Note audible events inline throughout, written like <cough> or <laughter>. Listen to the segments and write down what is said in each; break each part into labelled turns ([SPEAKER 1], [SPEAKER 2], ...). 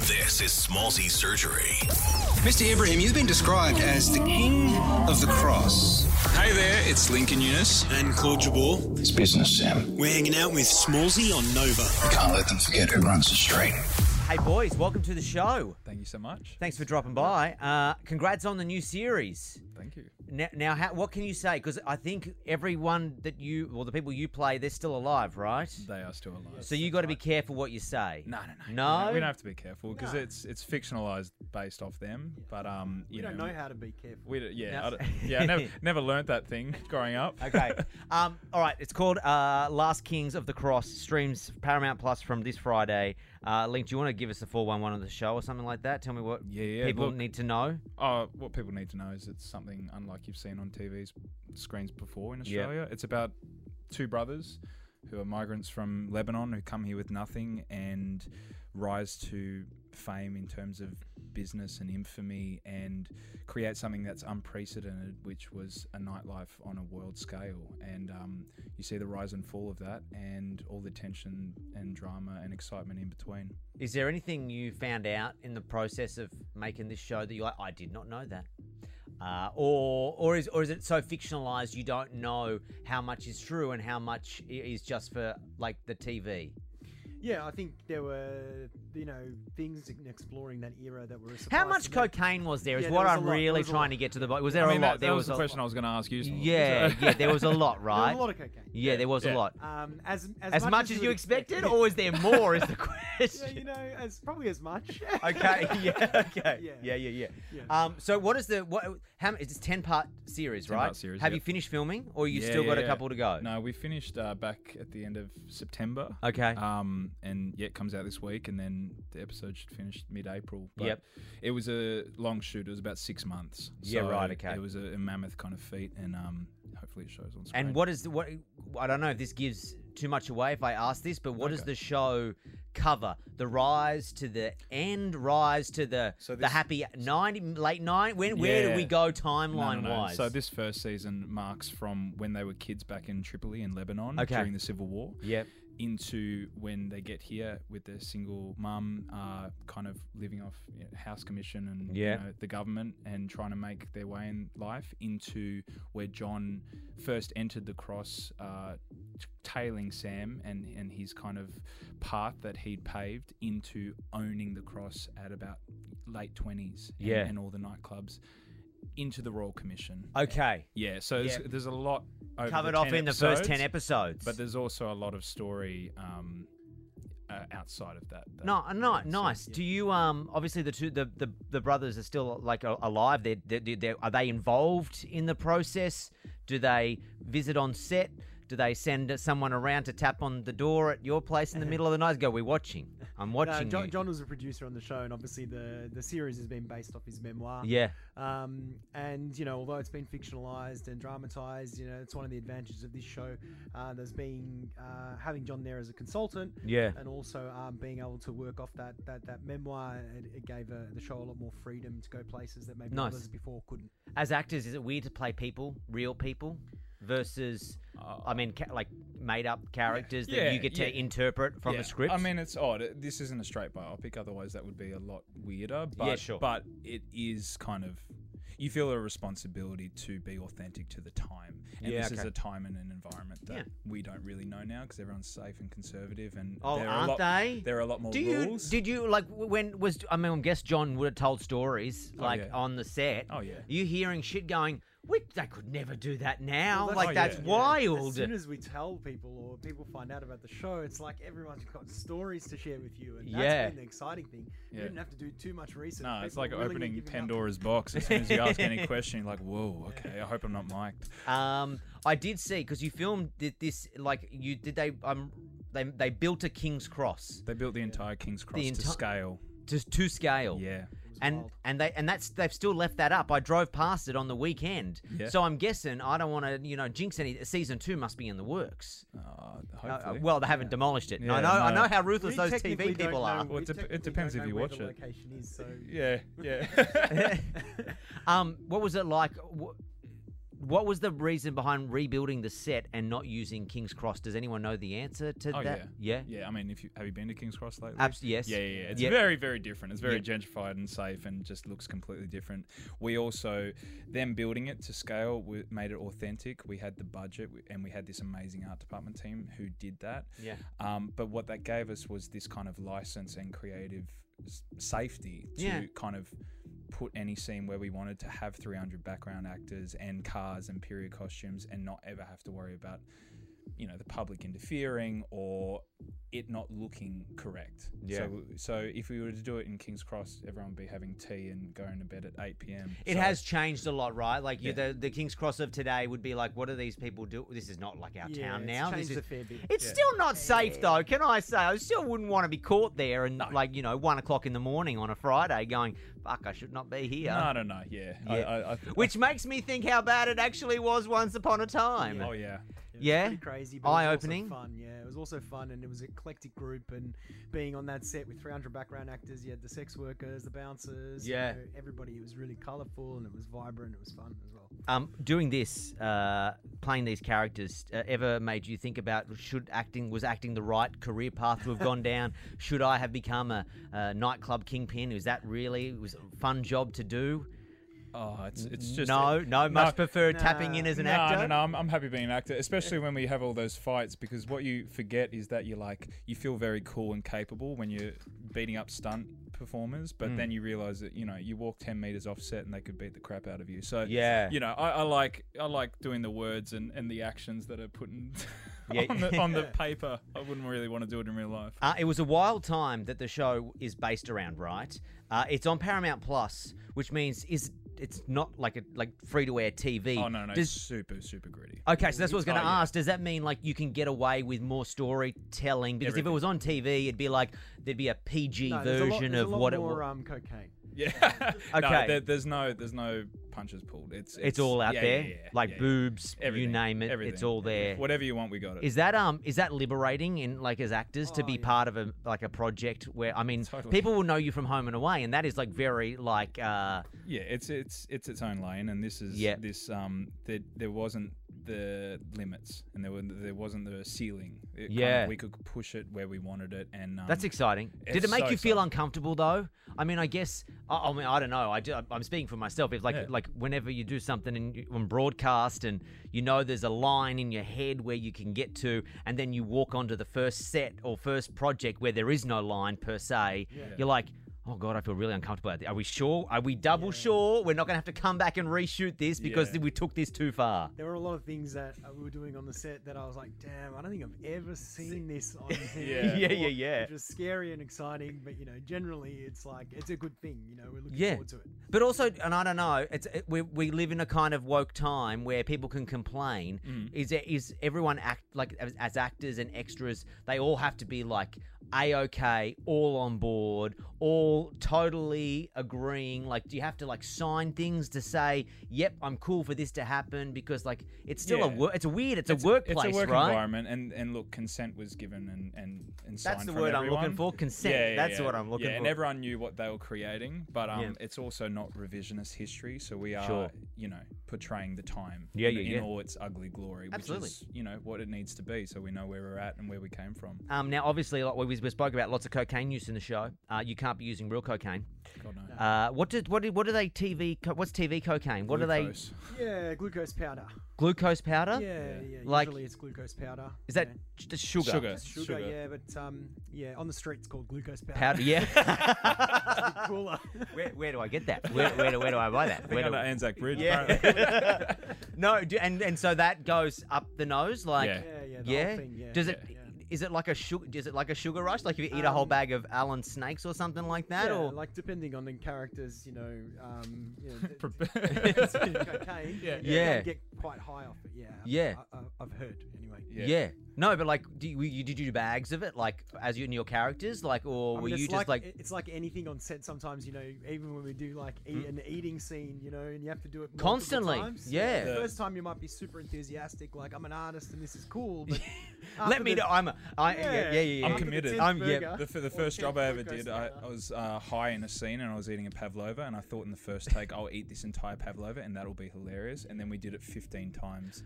[SPEAKER 1] This is Smallsy Surgery.
[SPEAKER 2] Mr. Ibrahim, you've been described as the king of the cross.
[SPEAKER 3] Hey there, it's Lincoln Eunice.
[SPEAKER 4] And Claude Jabor.
[SPEAKER 5] It's business, Sam.
[SPEAKER 4] We're hanging out with Smallsy on Nova.
[SPEAKER 5] We can't let them forget who runs the street.
[SPEAKER 6] Hey boys, welcome to the show.
[SPEAKER 3] Thank you so much.
[SPEAKER 6] Thanks for dropping by. Uh, congrats on the new series.
[SPEAKER 3] Thank you.
[SPEAKER 6] Now, now how, what can you say? Because I think everyone that you, well, the people you play, they're still alive, right?
[SPEAKER 3] They are still alive.
[SPEAKER 6] So you got to be careful what you say.
[SPEAKER 3] No, no, no.
[SPEAKER 6] No?
[SPEAKER 3] We don't, we don't have to be careful because it's it's fictionalized based off them. But um, you
[SPEAKER 7] You don't know how to be careful.
[SPEAKER 3] We d- yeah,
[SPEAKER 7] <laughs>
[SPEAKER 6] No.
[SPEAKER 3] I d- yeah. I never never learnt that thing growing up.
[SPEAKER 6] <laughs> Okay. Um, all right. It's called uh, Last Kings of the Cross. Streams Paramount Plus from this Friday. Uh, Link, do you want to give us a 411 on the show or something like that? Tell me what
[SPEAKER 3] <laughs> Yeah, yeah,
[SPEAKER 6] people
[SPEAKER 3] look.
[SPEAKER 6] need to know.
[SPEAKER 3] Uh, what people need to know is it's something unlike you've seen on TV's screens before in
[SPEAKER 6] Yeah.
[SPEAKER 3] Australia. It's about two brothers who are migrants from Lebanon who come here with nothing and rise to fame in terms of business and infamy and create something that's unprecedented, which was a nightlife on a world scale. And um, you see the rise and fall of that and all the tension and drama and excitement in between.
[SPEAKER 6] Is there anything you found out in the process of making this show that you like? I did not know that, uh, or or is or is it so fictionalized you don't know how much is true and how much i- is just for like the TV?
[SPEAKER 7] Yeah, I think there were, you know, things in exploring that era that were. a
[SPEAKER 6] How
[SPEAKER 7] surprise
[SPEAKER 6] much
[SPEAKER 7] to me.
[SPEAKER 6] cocaine was there? Is
[SPEAKER 7] Yeah, there
[SPEAKER 6] what
[SPEAKER 7] was a
[SPEAKER 6] I'm
[SPEAKER 7] lot, there
[SPEAKER 6] really
[SPEAKER 7] was a
[SPEAKER 6] trying
[SPEAKER 7] lot.
[SPEAKER 6] to get to the. bo- Was there
[SPEAKER 3] I
[SPEAKER 6] a
[SPEAKER 3] mean,
[SPEAKER 6] lot?
[SPEAKER 3] that, that
[SPEAKER 6] there
[SPEAKER 3] was the
[SPEAKER 6] a-
[SPEAKER 3] question I was going to ask you. Saul. <laughs>
[SPEAKER 6] Yeah, yeah, there was a lot,
[SPEAKER 7] There was
[SPEAKER 6] right?
[SPEAKER 7] a lot of cocaine.
[SPEAKER 6] yeah, there was
[SPEAKER 3] Yeah.
[SPEAKER 6] a lot.
[SPEAKER 7] Um, as as,
[SPEAKER 6] As much as
[SPEAKER 7] would
[SPEAKER 6] you
[SPEAKER 7] expect.
[SPEAKER 6] expected, or is there more? Is the
[SPEAKER 7] <laughs> yeah, you <laughs>
[SPEAKER 6] question?
[SPEAKER 7] know, as probably as much. <laughs>
[SPEAKER 6] Okay. <laughs> Yeah. Okay.
[SPEAKER 7] Yeah.
[SPEAKER 6] Yeah. Yeah. Yeah.
[SPEAKER 7] Yeah. Uh,
[SPEAKER 6] Um, so what is the what? How many? It's ten part series,
[SPEAKER 3] 10
[SPEAKER 6] right?
[SPEAKER 3] part series,
[SPEAKER 6] Have
[SPEAKER 3] yep.
[SPEAKER 6] you finished filming, or you
[SPEAKER 3] Yeah,
[SPEAKER 6] have still
[SPEAKER 3] yeah,
[SPEAKER 6] got a
[SPEAKER 3] yeah.
[SPEAKER 6] couple to go?
[SPEAKER 3] No, we finished uh, back at the end of September.
[SPEAKER 6] Okay.
[SPEAKER 3] Um, and yeah, it comes out this week, and then the episode should finish mid-April.
[SPEAKER 6] Yep.
[SPEAKER 3] It was a long shoot. It was about six months.
[SPEAKER 6] Yeah, right, okay.
[SPEAKER 3] It was a, a mammoth kind of feat, and um, hopefully it shows on screen.
[SPEAKER 6] and what is the, what? I don't know if this gives too much away if I ask this, but what does
[SPEAKER 3] Okay.
[SPEAKER 6] the show cover? The rise to the end, rise to the
[SPEAKER 3] So
[SPEAKER 6] the
[SPEAKER 3] this-
[SPEAKER 6] happy ninety late nine. When where do
[SPEAKER 3] Yeah.
[SPEAKER 6] we go
[SPEAKER 3] No, no,
[SPEAKER 6] timeline
[SPEAKER 3] no.
[SPEAKER 6] wise?
[SPEAKER 3] So this first season marks from when they were kids back in Tripoli in Lebanon
[SPEAKER 6] Okay.
[SPEAKER 3] during the Civil War.
[SPEAKER 6] Yep.
[SPEAKER 3] into when they get here with their single mum, uh, kind of living off you know, house commission and
[SPEAKER 6] Yeah.
[SPEAKER 3] you know, the government and trying to make their way in life into where John first entered the cross, uh, t- tailing Sam and, and his kind of path that he'd paved into owning the cross at about late 20s and-
[SPEAKER 6] Yeah.
[SPEAKER 3] and, all the nightclubs into the Royal Commission.
[SPEAKER 6] Okay.
[SPEAKER 3] Yeah, so there's,
[SPEAKER 6] Yeah.
[SPEAKER 3] there's a lot over
[SPEAKER 6] Covered
[SPEAKER 3] the
[SPEAKER 6] off
[SPEAKER 3] 10
[SPEAKER 6] in the first ten
[SPEAKER 3] episodes.
[SPEAKER 6] episodes.
[SPEAKER 3] But there's also a lot of story um, uh, outside of that. that-
[SPEAKER 6] No, uh, no,
[SPEAKER 3] that- so,
[SPEAKER 6] nice.
[SPEAKER 3] yeah.
[SPEAKER 6] Do you um obviously the two the, the, the brothers are still like a- alive. They they they are they involved in the process? Do they visit on set? Do they send someone around to tap on the door at your
[SPEAKER 3] <laughs>
[SPEAKER 6] place in the middle of the night? and Go, we're watching. I'm
[SPEAKER 7] No,
[SPEAKER 6] watching.
[SPEAKER 7] John,
[SPEAKER 6] you."
[SPEAKER 7] John was a producer on the show, and obviously the the series has been based off his memoir.
[SPEAKER 3] uh,
[SPEAKER 6] Yeah.
[SPEAKER 7] Um, and you know, although it's been fictionalized and dramatized, you know, it's one of the advantages of this show. Uh, there's being uh, having John there as a consultant.
[SPEAKER 6] Yeah.
[SPEAKER 7] And also um, being able to work off that that, that memoir, it, it gave uh, the show a lot more freedom to go places that maybe
[SPEAKER 6] Nice.
[SPEAKER 7] others before couldn't.
[SPEAKER 6] As actors, is it weird to play people, real people, versus I mean ca- like made up characters
[SPEAKER 3] Uh, Yeah,
[SPEAKER 6] that you get to
[SPEAKER 3] yeah.
[SPEAKER 6] interpret from
[SPEAKER 3] Yeah.
[SPEAKER 6] a script?
[SPEAKER 3] I mean, it's odd. It- This isn't a straight biopic, otherwise that would be a lot weirder. But,
[SPEAKER 6] sure.
[SPEAKER 3] But it is kind of. You feel a responsibility to be authentic to the time, and
[SPEAKER 6] Yeah,
[SPEAKER 3] this is
[SPEAKER 6] okay.
[SPEAKER 3] a time and an environment that
[SPEAKER 6] Yeah.
[SPEAKER 3] we don't really know now because everyone's safe and conservative, and
[SPEAKER 6] Oh,
[SPEAKER 3] there are
[SPEAKER 6] aren't
[SPEAKER 3] a lot,
[SPEAKER 6] they?
[SPEAKER 3] There are a lot more
[SPEAKER 6] Do you
[SPEAKER 3] rules.
[SPEAKER 6] did you like w- when was I mean I guess John would have told stories like
[SPEAKER 3] Oh, yeah.
[SPEAKER 6] on the set.
[SPEAKER 3] Oh, yeah.
[SPEAKER 6] You hearing shit going, we they could never do that now.
[SPEAKER 7] Well,
[SPEAKER 6] like
[SPEAKER 3] oh, yeah.
[SPEAKER 6] that's
[SPEAKER 3] Yeah.
[SPEAKER 6] wild.
[SPEAKER 7] As soon as we tell people or people find out about the show, it's like everyone's got stories to share with you, and that's
[SPEAKER 6] Yeah.
[SPEAKER 7] been the exciting thing.
[SPEAKER 3] Yeah.
[SPEAKER 7] You didn't have to do too much research.
[SPEAKER 3] no, it's
[SPEAKER 7] People
[SPEAKER 3] like
[SPEAKER 7] willingly
[SPEAKER 3] opening
[SPEAKER 7] giving up.
[SPEAKER 3] Pandora's box. As soon as you ask
[SPEAKER 6] <laughs>
[SPEAKER 3] any question, you're like, "Whoa, okay, I hope I'm not mic'd."
[SPEAKER 6] um I did see because you filmed thi- this like you did they um they they built a King's Cross
[SPEAKER 3] They built the entire King's Cross to
[SPEAKER 6] enti-
[SPEAKER 3] scale.
[SPEAKER 6] to to scale.
[SPEAKER 3] Yeah.
[SPEAKER 6] And
[SPEAKER 7] wild.
[SPEAKER 6] and they and that's they've still left that up. I drove past it on the weekend,
[SPEAKER 3] Yeah.
[SPEAKER 6] so I'm guessing I don't want to you know jinx any. Season two must be in the works.
[SPEAKER 3] Uh,
[SPEAKER 6] Uh, uh,
[SPEAKER 3] hopefully.
[SPEAKER 6] well, they haven't demolished it. I
[SPEAKER 3] Yeah,
[SPEAKER 6] know I
[SPEAKER 3] no.
[SPEAKER 6] know how ruthless
[SPEAKER 7] We
[SPEAKER 6] those
[SPEAKER 7] technically
[SPEAKER 6] TV
[SPEAKER 7] don't
[SPEAKER 6] people are.
[SPEAKER 7] know-
[SPEAKER 3] Well,
[SPEAKER 7] we
[SPEAKER 3] it dep- it
[SPEAKER 7] technically
[SPEAKER 3] depends
[SPEAKER 7] don't
[SPEAKER 3] if you
[SPEAKER 7] know where
[SPEAKER 3] watch
[SPEAKER 7] the
[SPEAKER 3] it.
[SPEAKER 7] Location is so.
[SPEAKER 6] <laughs>
[SPEAKER 3] yeah, yeah.
[SPEAKER 6] um, what was it like? wh- what was the reason behind rebuilding the set and not using King's Cross? Does anyone know the answer to
[SPEAKER 3] Oh
[SPEAKER 6] that?
[SPEAKER 3] yeah,
[SPEAKER 6] yeah.
[SPEAKER 3] yeah. I mean, if you have you been to King's Cross lately?
[SPEAKER 6] Abs- yes.
[SPEAKER 3] Yeah, yeah, yeah. It's
[SPEAKER 6] Yeah.
[SPEAKER 3] very, very different. It's very
[SPEAKER 6] Yeah.
[SPEAKER 3] gentrified and safe, and just looks completely different. We also them building it to scale we made it authentic. We had the budget, we- and we had this amazing art department team who did that.
[SPEAKER 6] Yeah.
[SPEAKER 3] Um, but what that gave us was this kind of license and creative s- safety to
[SPEAKER 6] Yeah.
[SPEAKER 3] kind of put any scene where we wanted to have 300 background actors and cars and period costumes and not ever have to worry about you know the public interfering or it not looking correct.
[SPEAKER 6] Yeah.
[SPEAKER 3] So, so if we were to do it in King's Cross, everyone would be having tea and going to bed at 8 p.m.
[SPEAKER 6] It
[SPEAKER 3] So-
[SPEAKER 6] has changed a lot, right? Like you,
[SPEAKER 3] Yeah.
[SPEAKER 6] the the King's Cross of today would be like, what do these people do? This is not like our
[SPEAKER 7] Yeah,
[SPEAKER 6] town
[SPEAKER 7] it's
[SPEAKER 6] now. This
[SPEAKER 7] changed
[SPEAKER 6] is-
[SPEAKER 7] a fair bit.
[SPEAKER 6] It's still not safe though. Can I say? I still wouldn't want to be caught there and like you know one o'clock in the morning on a Friday, going, fuck, I should not be here.
[SPEAKER 3] No, no, no. Yeah. I-
[SPEAKER 6] Yeah.
[SPEAKER 3] I- I-
[SPEAKER 6] Which makes me think how bad it actually was once upon a time.
[SPEAKER 3] oh yeah.
[SPEAKER 7] It was
[SPEAKER 6] Yeah?
[SPEAKER 7] pretty crazy, but it was also
[SPEAKER 6] Eye-opening?
[SPEAKER 7] fun. Yeah, it was also fun, and it was an eclectic group, and being on that set with 300 background actors, you had the sex workers, the bouncers, you
[SPEAKER 6] Yeah.
[SPEAKER 7] know, everybody. It was really colourful, and it was vibrant. It was fun as well.
[SPEAKER 6] Um, doing this, uh, playing these characters, uh, ever made you think about should acting was acting the right career path to have
[SPEAKER 3] <laughs>
[SPEAKER 6] gone down? Should I have become a, a nightclub kingpin? Was that really it was a fun job to do?
[SPEAKER 3] Oh, it's it's just
[SPEAKER 6] no, no, much prefer
[SPEAKER 7] Nah.
[SPEAKER 6] tapping in as an
[SPEAKER 3] no,
[SPEAKER 6] actor.
[SPEAKER 3] No, no, I'm, I'm happy being an actor, especially when we have all those fights. Because what you forget is that you like you feel very cool and capable when you're beating up stunt performers, but
[SPEAKER 6] Hmm.
[SPEAKER 3] then you realize that you know you walk ten meters offset and they could beat the crap out of you. So
[SPEAKER 6] Yeah.
[SPEAKER 3] you know I, I like I like doing the words and, and the actions that are put in <laughs>
[SPEAKER 6] Yeah.
[SPEAKER 3] on, the, on
[SPEAKER 6] <laughs>
[SPEAKER 3] the paper. I wouldn't really want to do it in real life.
[SPEAKER 6] Uh, it was a wild time that the show is based around, right? Uh, it's on Paramount Plus, which means is it's not like a like free to air TV.
[SPEAKER 3] Oh no, no,
[SPEAKER 6] Does-
[SPEAKER 3] it's super super
[SPEAKER 6] <laughs>
[SPEAKER 3] gritty.
[SPEAKER 6] Okay, so that's what I was going to
[SPEAKER 3] Oh, yeah.
[SPEAKER 6] ask. Does that mean like you can get away with more storytelling? Because if it
[SPEAKER 3] Everything.
[SPEAKER 6] was on TV, it'd be like there'd be a PG
[SPEAKER 7] No, there's a lot-
[SPEAKER 6] version
[SPEAKER 7] there's a
[SPEAKER 6] of
[SPEAKER 7] lot
[SPEAKER 6] what
[SPEAKER 7] more,
[SPEAKER 6] it was.
[SPEAKER 7] um, cocaine.
[SPEAKER 3] Yeah. <laughs>
[SPEAKER 6] Okay.
[SPEAKER 3] No, there, there's no there's no punches pulled. It's it's,
[SPEAKER 6] It's all out
[SPEAKER 3] yeah,
[SPEAKER 6] there,
[SPEAKER 3] yeah, yeah,
[SPEAKER 6] like
[SPEAKER 3] yeah, yeah.
[SPEAKER 6] boobs, you
[SPEAKER 3] Everything,
[SPEAKER 6] name it. It's
[SPEAKER 3] everything,
[SPEAKER 6] all there.
[SPEAKER 3] everything. Whatever you want, we got it.
[SPEAKER 6] Is that um is that liberating in like as actors to
[SPEAKER 7] Oh,
[SPEAKER 6] be
[SPEAKER 7] yeah.
[SPEAKER 6] part of a like a project where I mean
[SPEAKER 3] Totally.
[SPEAKER 6] people will know you from Home and Away and that is like very like uh
[SPEAKER 3] Yeah, it's it's it's its own lane, and this is
[SPEAKER 6] Yeah.
[SPEAKER 3] this um there there wasn't the limits, and there were there wasn't the ceiling. It kind of-
[SPEAKER 6] Yeah.
[SPEAKER 3] we could push it where we wanted it, and um,
[SPEAKER 6] That's exciting. Did
[SPEAKER 3] it's
[SPEAKER 6] it make
[SPEAKER 3] so
[SPEAKER 6] you feel
[SPEAKER 3] exciting.
[SPEAKER 6] uncomfortable though? I mean, I guess I, I mean I don't know. I do, I'm speaking for myself. If like
[SPEAKER 3] Yeah.
[SPEAKER 6] like whenever you do something and you, on broadcast and you know there's a line in your head where you can get to, and then you walk onto the first set or first project where there is no line per se, you're like. Oh god, I feel really uncomfortable. At this. Are we sure? Are we double sure? We're not gonna have to come back and reshoot this because
[SPEAKER 3] Yeah.
[SPEAKER 6] we took this too far.
[SPEAKER 7] There were a lot of things that uh, we were doing on the set that I was like, damn, I don't think I've ever seen this on TV.
[SPEAKER 3] Yeah.
[SPEAKER 6] Yeah, yeah,
[SPEAKER 7] before,"
[SPEAKER 6] yeah.
[SPEAKER 7] Which was scary and exciting, but you know, generally it's like it's a good thing. You know, we're looking
[SPEAKER 6] Yeah.
[SPEAKER 7] forward to it.
[SPEAKER 6] But also, and I don't know, it's it, we we live in a kind of woke time where people can complain.
[SPEAKER 3] Mm.
[SPEAKER 6] Is there, is everyone act like as, as actors and extras? They all have to be like a okay, all on board, all totally agreeing. Like, do you have to like sign things to say, "Yep, I'm cool for this to happen"? Because like, it's still a
[SPEAKER 3] Yeah.
[SPEAKER 6] wor- it's a weird, it's, a workplace,
[SPEAKER 3] it's a work
[SPEAKER 6] right?
[SPEAKER 3] environment, and and look, consent was given, and and and
[SPEAKER 6] That's
[SPEAKER 3] signed
[SPEAKER 6] the
[SPEAKER 3] from
[SPEAKER 6] word I'm looking
[SPEAKER 3] everyone.
[SPEAKER 6] for, consent. That's what I'm looking
[SPEAKER 3] yeah, And
[SPEAKER 6] for.
[SPEAKER 3] everyone knew what they were creating, but um,
[SPEAKER 6] Yeah.
[SPEAKER 3] it's also not revisionist history. So we are,
[SPEAKER 6] Sure.
[SPEAKER 3] you know, portraying the time,
[SPEAKER 6] Yeah,
[SPEAKER 3] in,
[SPEAKER 6] yeah,
[SPEAKER 3] in
[SPEAKER 6] yeah.
[SPEAKER 3] all its ugly glory, which
[SPEAKER 6] Absolutely.
[SPEAKER 3] is you know what it needs to be, so we know where we're at and where we came from.
[SPEAKER 6] Um, now, obviously, like we, we spoke about, lots of cocaine use in the show. Uh, you can't be using real cocaine.
[SPEAKER 3] God no.
[SPEAKER 6] Uh, what did what did what do they TV? Co- what's TV cocaine? What are they?
[SPEAKER 3] Glucose.
[SPEAKER 7] Yeah, glucose powder.
[SPEAKER 6] Glucose powder?
[SPEAKER 7] Yeah, yeah.
[SPEAKER 6] Like-
[SPEAKER 7] usually it's glucose powder.
[SPEAKER 6] Is
[SPEAKER 7] you
[SPEAKER 6] that
[SPEAKER 7] know.
[SPEAKER 6] j- the <laughs> sugar?
[SPEAKER 3] Sugar.
[SPEAKER 7] It's sugar,
[SPEAKER 3] Sugar.
[SPEAKER 7] yeah, but um, yeah, on the street it's called glucose powder.
[SPEAKER 3] <laughs>
[SPEAKER 6] Powder? Yeah.
[SPEAKER 7] <laughs>
[SPEAKER 6] <laughs>
[SPEAKER 7] Cooler.
[SPEAKER 6] where, where do I get that? Where, where, do, where do I buy that? Where
[SPEAKER 3] Went
[SPEAKER 6] do
[SPEAKER 3] under
[SPEAKER 6] I-
[SPEAKER 3] Anzac Bridge.
[SPEAKER 6] <laughs>
[SPEAKER 3] apparently.
[SPEAKER 6] yeah. no, do, and and so that goes up the nose, like
[SPEAKER 3] Yeah.
[SPEAKER 7] yeah, yeah, the
[SPEAKER 6] yeah?
[SPEAKER 7] whole thing. Yeah.
[SPEAKER 6] Does it? Is
[SPEAKER 7] Yeah.
[SPEAKER 6] it like a sugar? Is it like a sugar rush? Like if you eat a whole
[SPEAKER 7] Um,
[SPEAKER 6] bag of Allen snakes or something like that,
[SPEAKER 7] Yeah,
[SPEAKER 6] or
[SPEAKER 7] like
[SPEAKER 6] <laughs>
[SPEAKER 7] depending on the characters, you know, um, you know,
[SPEAKER 3] Prep- <laughs>
[SPEAKER 7] it's been cocaine. Yeah,
[SPEAKER 6] Yeah.
[SPEAKER 7] Get quite high off it. Yeah. I've-
[SPEAKER 6] Yeah.
[SPEAKER 7] I, I, I've heard anyway.
[SPEAKER 6] Yeah. No, but like, do you, were you- did you do bags of it, like as you and your characters, like, or
[SPEAKER 7] I
[SPEAKER 6] were
[SPEAKER 7] mean, it's
[SPEAKER 6] you just like,
[SPEAKER 7] it- it's like anything on set. Sometimes you know, even when we do like eat, an eating scene, you know, and you have to do it multiple
[SPEAKER 6] Hmm? Constantly,
[SPEAKER 7] times.
[SPEAKER 6] yeah.
[SPEAKER 7] The
[SPEAKER 3] Yeah.
[SPEAKER 7] first time you might be super enthusiastic, like I'm an artist and this is cool. But
[SPEAKER 6] <laughs> let
[SPEAKER 7] after
[SPEAKER 6] me
[SPEAKER 7] the-
[SPEAKER 6] know? I'm, a, I, yeah, yeah, yeah. yeah.
[SPEAKER 3] I'm
[SPEAKER 7] after the
[SPEAKER 3] committed.
[SPEAKER 7] tenth
[SPEAKER 6] I'm- yeah,
[SPEAKER 7] burger
[SPEAKER 3] The, f- the
[SPEAKER 7] or
[SPEAKER 3] first
[SPEAKER 7] tenth
[SPEAKER 3] job I ever
[SPEAKER 7] burger
[SPEAKER 3] did, I,
[SPEAKER 7] sandwich.
[SPEAKER 3] I was uh, high in a scene and I was eating a pavlova, and I thought in the first take, I'll eat this entire pavlova, and that'll be hilarious. And then we did it 15 times,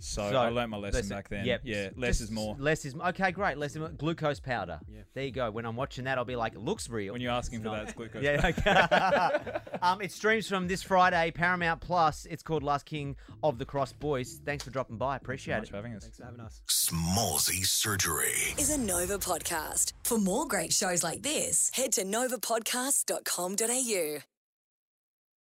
[SPEAKER 3] so, I learnt my lesson back then.
[SPEAKER 6] Yep.
[SPEAKER 3] Yeah, less is
[SPEAKER 6] Just
[SPEAKER 3] more.
[SPEAKER 6] Less is okay. Great. Less is more. glucose powder. Yeah. There you go. When I'm watching that, I'll be like, it looks real.
[SPEAKER 3] When you're asking for that, it's glucose.
[SPEAKER 6] <laughs> Yeah, okay. <laughs> um, it streams from this Friday, Paramount Plus. It's called Last King of the Cross Boys. Thanks for dropping by. Appreciate
[SPEAKER 3] Thanks
[SPEAKER 6] it.
[SPEAKER 3] for having us.
[SPEAKER 7] Thanks for having us.
[SPEAKER 1] Smallsy Surgery.
[SPEAKER 8] is a Nova podcast. For more great shows like this, head to novapodcast.com.au.